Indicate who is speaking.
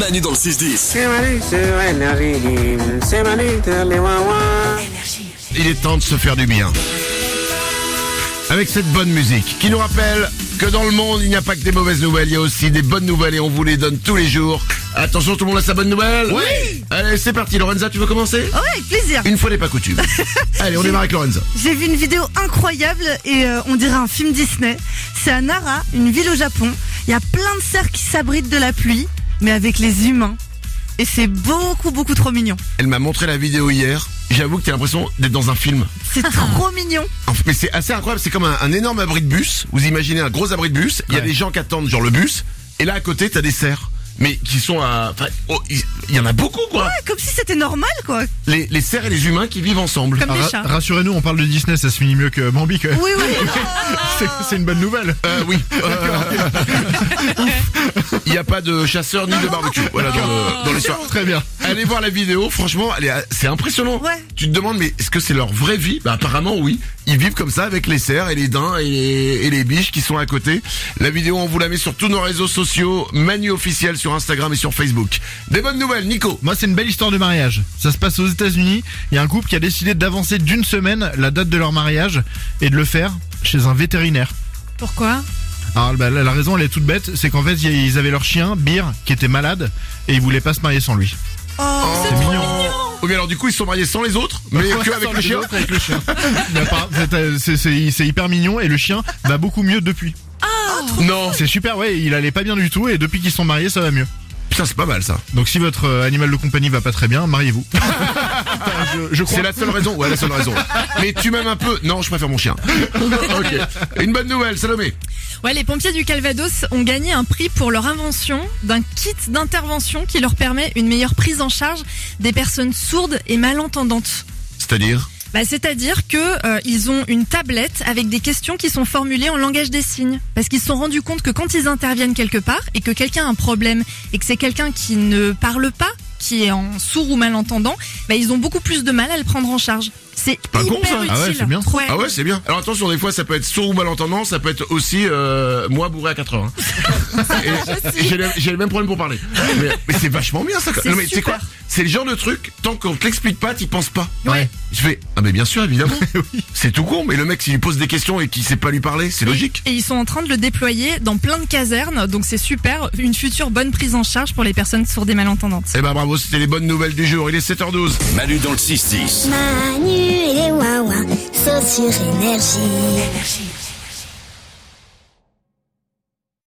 Speaker 1: Manu dans le 6-10.
Speaker 2: C'est Manu sur Énergie. C'est Manu sur les Wawa.
Speaker 3: Il est temps de se faire du bien. Avec cette bonne musique qui nous rappelle que dans le monde, il n'y a pas que des mauvaises nouvelles, il y a aussi des bonnes nouvelles et on vous les donne tous les jours. Attention, tout le monde a sa bonne nouvelle
Speaker 4: Oui.
Speaker 3: Allez, c'est parti. Lorenza, tu veux commencer
Speaker 4: Ouais, avec plaisir.
Speaker 3: Une fois n'est pas coutume. Allez, on démarre avec Lorenza.
Speaker 4: J'ai vu une vidéo incroyable et euh, on dirait un film Disney. C'est à Nara, une ville au Japon. Il y a plein de cerfs qui s'abritent de la pluie, mais avec les humains. Et c'est beaucoup, beaucoup trop mignon.
Speaker 3: Elle m'a montré la vidéo hier. J'avoue que t'as l'impression d'être dans un film.
Speaker 4: C'est trop mignon.
Speaker 3: Enfin, Mais c'est assez incroyable, c'est comme un, un énorme abri de bus. Vous imaginez un gros abri de bus, il y a
Speaker 5: Ouais.
Speaker 3: des gens qui attendent genre le bus, et là à côté t'as des cerfs. Mais qui sont à... enfin, oh, il il y en a beaucoup quoi
Speaker 4: Ouais, Eh, comme si c'était normal, quoi.
Speaker 3: les, les cerfs et les humains qui vivent ensemble. Ah,
Speaker 4: Comme les
Speaker 5: Ra-
Speaker 4: chats.
Speaker 5: Rassurez-nous, on parle de Disney, ça se finit mieux que Bambi.
Speaker 6: Ah.
Speaker 5: Que...
Speaker 4: Oui, oui.
Speaker 5: C'est- C'est une bonne nouvelle.
Speaker 3: Euh, oui. Euh, Il n'y a pas de chasseur ni de barbecue. Voilà, dans, le- dans l'histoire.
Speaker 5: Très bien.
Speaker 3: Allez voir la vidéo, franchement, elle est- c'est impressionnant.
Speaker 4: Ouais.
Speaker 3: Tu te demandes, mais est-ce que c'est leur vraie vie Bah apparemment oui. Ils vivent comme ça avec les cerfs et les daims et les, et les biches qui sont à côté. La vidéo, on vous la met sur tous nos réseaux sociaux, Manu officiel sur Instagram et sur Facebook. Des bonnes nouvelles, Nico.
Speaker 5: Moi, c'est une belle histoire de mariage. Ça se passe aux États-Unis. Il y a un couple qui a décidé d'avancer d'une semaine la date de leur mariage et de le faire chez un vétérinaire.
Speaker 4: Pourquoi
Speaker 5: Alors, bah, la la raison, elle est toute bête. C'est qu'en fait, il y a- ils avaient leur chien, Beer, qui était malade et ils voulaient pas se marier sans lui.
Speaker 4: Oh, c'est trop mignon.
Speaker 3: Oh, mais alors du coup, ils se sont mariés sans les autres, mais
Speaker 5: Ouais,
Speaker 3: que
Speaker 5: sans
Speaker 3: avec le
Speaker 5: les
Speaker 3: chien.
Speaker 5: autres, avec le chien. Mais à part- c'est, euh, c'est- c'est- c'est hyper mignon et le chien va beaucoup mieux depuis.
Speaker 3: Non.
Speaker 5: C'est super, ouais, il allait pas bien du tout et depuis qu'ils sont mariés, ça va mieux.
Speaker 3: Putain, c'est pas mal ça.
Speaker 5: Donc si votre euh, animal de compagnie va pas très bien, mariez-vous. Enfin, je, je
Speaker 3: Euh, C'est
Speaker 5: crois.
Speaker 3: la seule raison, ouais, la seule raison. Mais tu m'aimes un peu. Non, je préfère mon chien. ok. Une bonne nouvelle, Salomé.
Speaker 6: Ouais, les pompiers du Calvados ont gagné un prix pour leur invention d'un kit d'intervention qui leur permet une meilleure prise en charge des personnes sourdes et malentendantes.
Speaker 3: C'est-à-dire
Speaker 6: Bah, c'est-à-dire que euh, ils ont une tablette avec des questions qui sont formulées en langage des signes, parce qu'ils se sont rendus compte que quand ils interviennent quelque part et que quelqu'un a un problème et que c'est quelqu'un qui ne parle pas, qui est en sourd ou malentendant, bah, ils ont beaucoup plus de mal à le prendre en charge. C'est
Speaker 3: pas
Speaker 6: hyper
Speaker 3: con, ça.
Speaker 6: utile.
Speaker 5: Ah ouais, c'est bien.
Speaker 6: Ouais.
Speaker 3: Ah ouais, c'est bien. Alors attention, des fois ça peut être sourd ou malentendant, ça peut être aussi euh, moi bourré à 80. Et J'ai le, j'ai le même problème pour parler. Mais, mais c'est vachement bien ça. quoi.
Speaker 6: C'est
Speaker 3: Non mais tu sais
Speaker 6: super.
Speaker 3: quoi C'est le genre de truc, tant qu'on te l'explique pas, t'y penses pas.
Speaker 5: Ouais.
Speaker 3: Je fais ah mais bien sûr évidemment. C'est tout con, mais le mec s'il lui pose des questions et qu'il sait pas lui parler, c'est logique.
Speaker 6: Et ils sont en train de le déployer dans plein de casernes, donc c'est super, une future bonne prise en charge pour les personnes sourdes et malentendantes.
Speaker 3: Eh ben bravo, c'était les bonnes nouvelles du jour. Il est 7h12.
Speaker 1: Manu dans le 6-10.
Speaker 7: Manu et les Wawa, sauf sur énergie.